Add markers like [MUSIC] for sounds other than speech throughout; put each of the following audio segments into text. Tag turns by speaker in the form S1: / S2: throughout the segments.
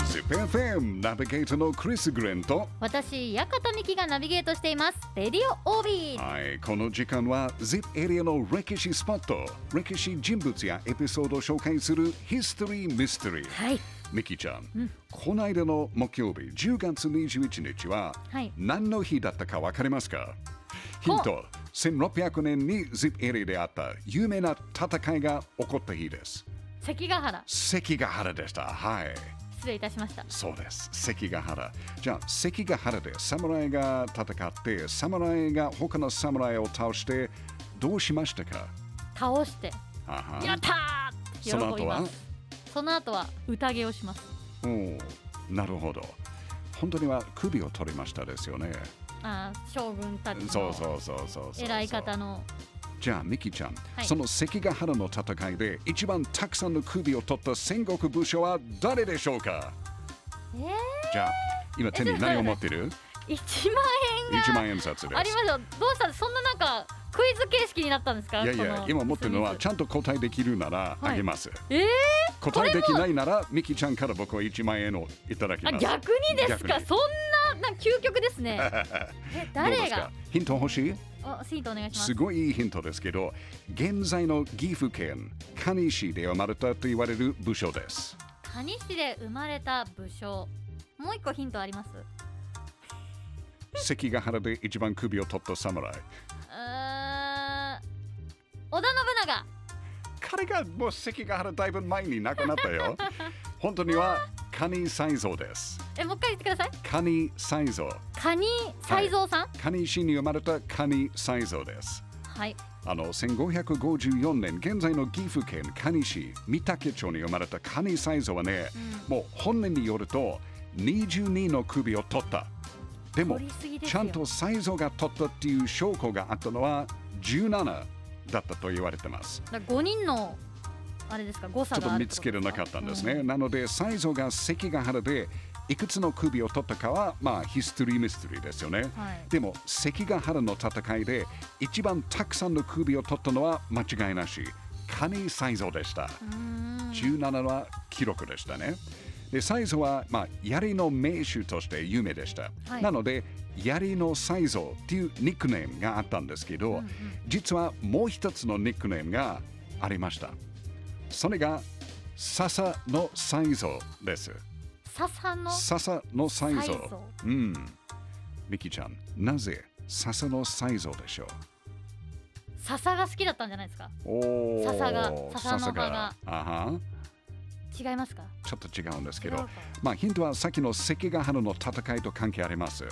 S1: FM ナビゲーターのクリス・グレンと
S2: 私館美希がナビゲートしていますレディオ OB
S1: はいこの時間は ZIP エリアの歴史スポット歴史人物やエピソードを紹介するヒストリー・ミステリー
S2: はい
S1: ミキちゃん、この間の木曜日10月21日は
S2: はい
S1: 何の日だったかわかりますかヒント1600年に ZIP エリアであった有名な戦いが起こった日です
S2: 関ヶ原
S1: 関ヶ原でしたはい
S2: 失礼いたしました
S1: そうです関ヶ原じゃあ関ヶ原で侍が戦って侍が他の侍を倒してどうしましたか
S2: 倒して
S1: はは
S2: やった
S1: その
S2: ー喜び
S1: 後は
S2: ますその後は宴をします
S1: おーなるほど本当には首を取りましたですよね
S2: あー将軍たち
S1: そう
S2: の
S1: そうそうそうそう
S2: 偉い方の
S1: じゃあミキちゃん、
S2: はい
S1: その関ヶ原の戦いで一番たくさんの首を取った戦国武将は誰でしょうか
S2: え
S1: じゃあ今手に何を持って
S2: [LAUGHS]
S1: る
S2: ー、1万円が
S1: 1万円札です
S2: ありますよどうしたそんななんかクイズ形式になったんですか
S1: いやい
S2: こ
S1: や
S2: の
S1: 今持ってるのは
S2: スイー
S1: ちゃんと答えできるなら
S2: はい
S1: あげます、
S2: ツえ
S1: 答えできないならミキちゃんから僕は1万円をいただき
S2: ー、あ
S1: ます
S2: 逆にですか
S1: 逆に
S2: そんななんか究極です
S1: [LAUGHS]
S2: ねえ
S1: どうで
S2: 誰
S1: すか
S2: が
S1: ヒント欲しい
S2: おシートお願いします
S1: すごいいいヒントですけど現在の岐阜県蟹市で生まれたと言われる武将です
S2: 蟹市で生まれた武将もう一個ヒントあります
S1: 関ヶ原で一番首を取った侍
S2: うーん織田信長
S1: 彼がもう関ヶ原だいぶ前に亡くなった
S2: [LAUGHS]
S1: よ本当には蟹才蔵です
S2: えもう一回言ってください
S1: 蟹才蔵
S2: カニ才蔵さん
S1: 蟹市に生まれた蟹才蔵です
S2: はい、
S1: あの1554年現在の岐阜県蟹市御嶽町に生まれた蟹才蔵はね、もう本年によると22の首を取ったでも
S2: 取りすぎです
S1: ち
S2: よ
S1: ゃんと才蔵が取ったっていう証拠があったのは17だったと言われてます
S2: だから5人のあれですか誤差
S1: ちょっ
S2: が
S1: と
S2: ある
S1: 見
S2: って
S1: つ
S2: こ
S1: け
S2: とで
S1: れ
S2: す
S1: なかったんですね、なので才蔵が関ヶ原でいくつの首を取ったかはまあヒストリーミステリーですよね、
S2: はい
S1: でも関ヶ原の戦いで一番たくさんの首を取ったのは間違いなし蟹才蔵でした、
S2: うーん
S1: 17は記録でしたね。で、サイズは、まあ、槍の名手として有名でした。
S2: はい
S1: なので、槍のサイズっていうニックネームがあったんですけど、実はもう一つのニックネームがありました。それが、笹のサイズです。
S2: 笹の
S1: 笹のサイズ
S2: サイズ。
S1: うん。ミキちゃん、なぜ笹のサイズでしょう
S2: 笹が好きだったんじゃないですか
S1: おー
S2: 笹が笹の葉が
S1: あはん
S2: 違いますか
S1: ちょっと違うんですけ
S2: 違う
S1: ど
S2: か、
S1: まあ、ヒントはさっきの関ヶ原の戦いと関係あります。
S2: うん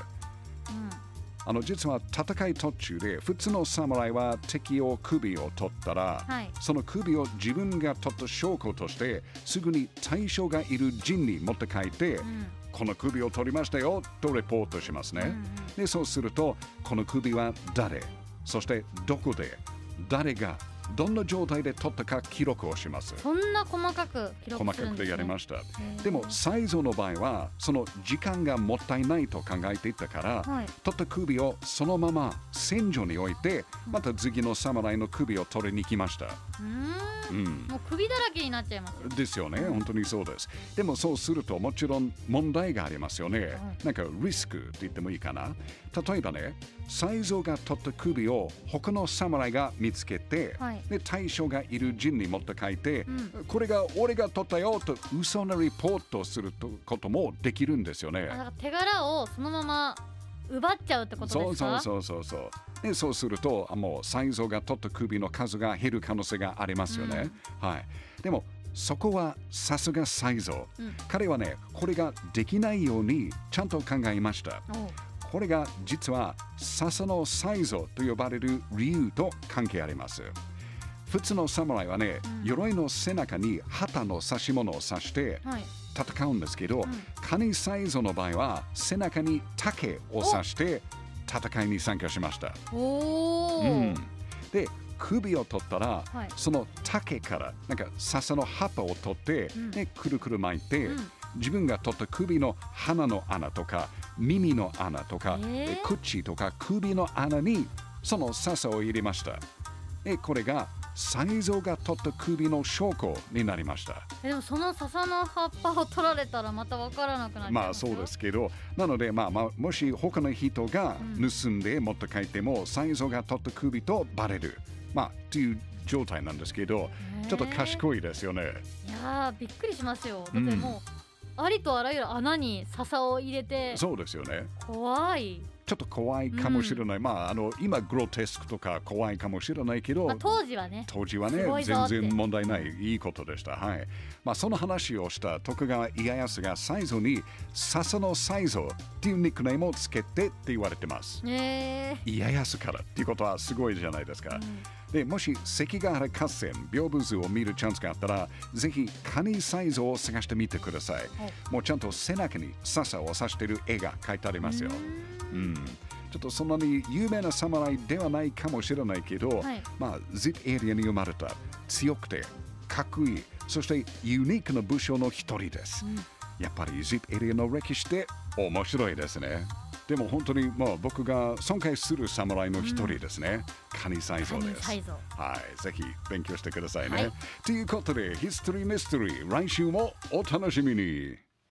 S1: あの実は戦い途中で普通の侍は敵を首を取ったら、
S2: はい
S1: その首を自分が取った証拠としてすぐに対象がいる陣に持って帰って、
S2: ん
S1: この首を取りましたよとレポートしますね、
S2: うんうん
S1: でそうするとこの首は誰そしてどこで誰がどんな状態で取ったか記録をします
S2: そんな細かく記
S1: 細
S2: 録す
S1: か
S2: るん
S1: く
S2: です、ね、
S1: でやりました
S2: ー
S1: でも才蔵の場合はその時間がもったいないと考えていたから、
S2: はい
S1: 取った首をそのまま戦場に置いてまた次の侍の首を取りに来ました、
S2: うー
S1: うんん、
S2: もう首だらけになっちゃいますよ
S1: ですよね本当にそうですでもそうするともちろん問題がありますよね、なんかリスクって言ってもいいかな例えばね才蔵が取った首を他の侍が見つけて、
S2: はい
S1: で対象がいる陣に持って帰って、これが俺が取ったよと嘘のリポートをするとこともできるんですよね、
S2: あだから手柄をそのまま奪っちゃうってことですかう
S1: そうそうそうそうそうでそうするとあもう才蔵が取った首の数が減る可能性がありますよね、はいでもそこはさすが才蔵、彼はねこれができないようにちゃんと考えました
S2: おう
S1: これが実は笹の才蔵と呼ばれる理由と関係あります普通の侍はね、鎧の背中に旗の刺し物を刺して
S2: はい
S1: 戦うんですけど、カニサイゾの場合は背中に竹を刺して戦いに参加しました、
S2: おー、
S1: うんで首を取ったら、
S2: はい
S1: その竹からなんか笹の葉っぱを取って、でくるくる巻いて、
S2: うん
S1: 自分が取った首の鼻の穴とか耳の穴とか、
S2: えー
S1: で口とか首の穴にその笹を入れましたでこれが才蔵が取った首の証拠になりました。
S2: えでもその笹の葉っぱを取られたらまたわからなくなっちゃい
S1: まあ
S2: ます
S1: そ
S2: よ
S1: うですけど、なので、まあまあ、もし他の人が盗んで持って帰っても、才蔵が取った首とバレる、まあ、という状態なんですけど、ちょっと賢いですよね。
S2: いやーびっくりしますよだっ
S1: う
S2: て
S1: ん
S2: もう、ありとあらゆる穴に笹を入れて
S1: そうですよね。
S2: 怖い、
S1: ちょっと怖いかもしれない。まあ、あの、今、グロテスクとか怖いかもしれないけど、
S2: まあ、当時はね
S1: 当時はね
S2: すごいぞ
S1: 全
S2: って
S1: 然問題ないいいことでしたはいまあその話をした徳川家康が才蔵に笹の才蔵っていうニックネームをつけてって言われてます
S2: え
S1: 家康からっていうことはすごいじゃないですか、でもし関ヶ原合戦屏風図を見るチャンスがあったらぜひカニ才蔵を探してみてください、もうちゃんと背中に笹を刺している絵が描いてありますよ、うん、ちょっとそんなに有名な侍ではないかもしれないけど、
S2: はい
S1: まあ、ZIP エリアに生まれた強くてかっこいいそしてユニークな武将の一人です、やっぱり ZIP エリアの歴史って面白いですねでも本当にもう僕が尊敬する侍の一人ですね、カニサイゾです
S2: カニ才蔵
S1: はいぜひ勉強してくださいね、
S2: はい
S1: ということでヒストリーミステリー来週もお楽しみに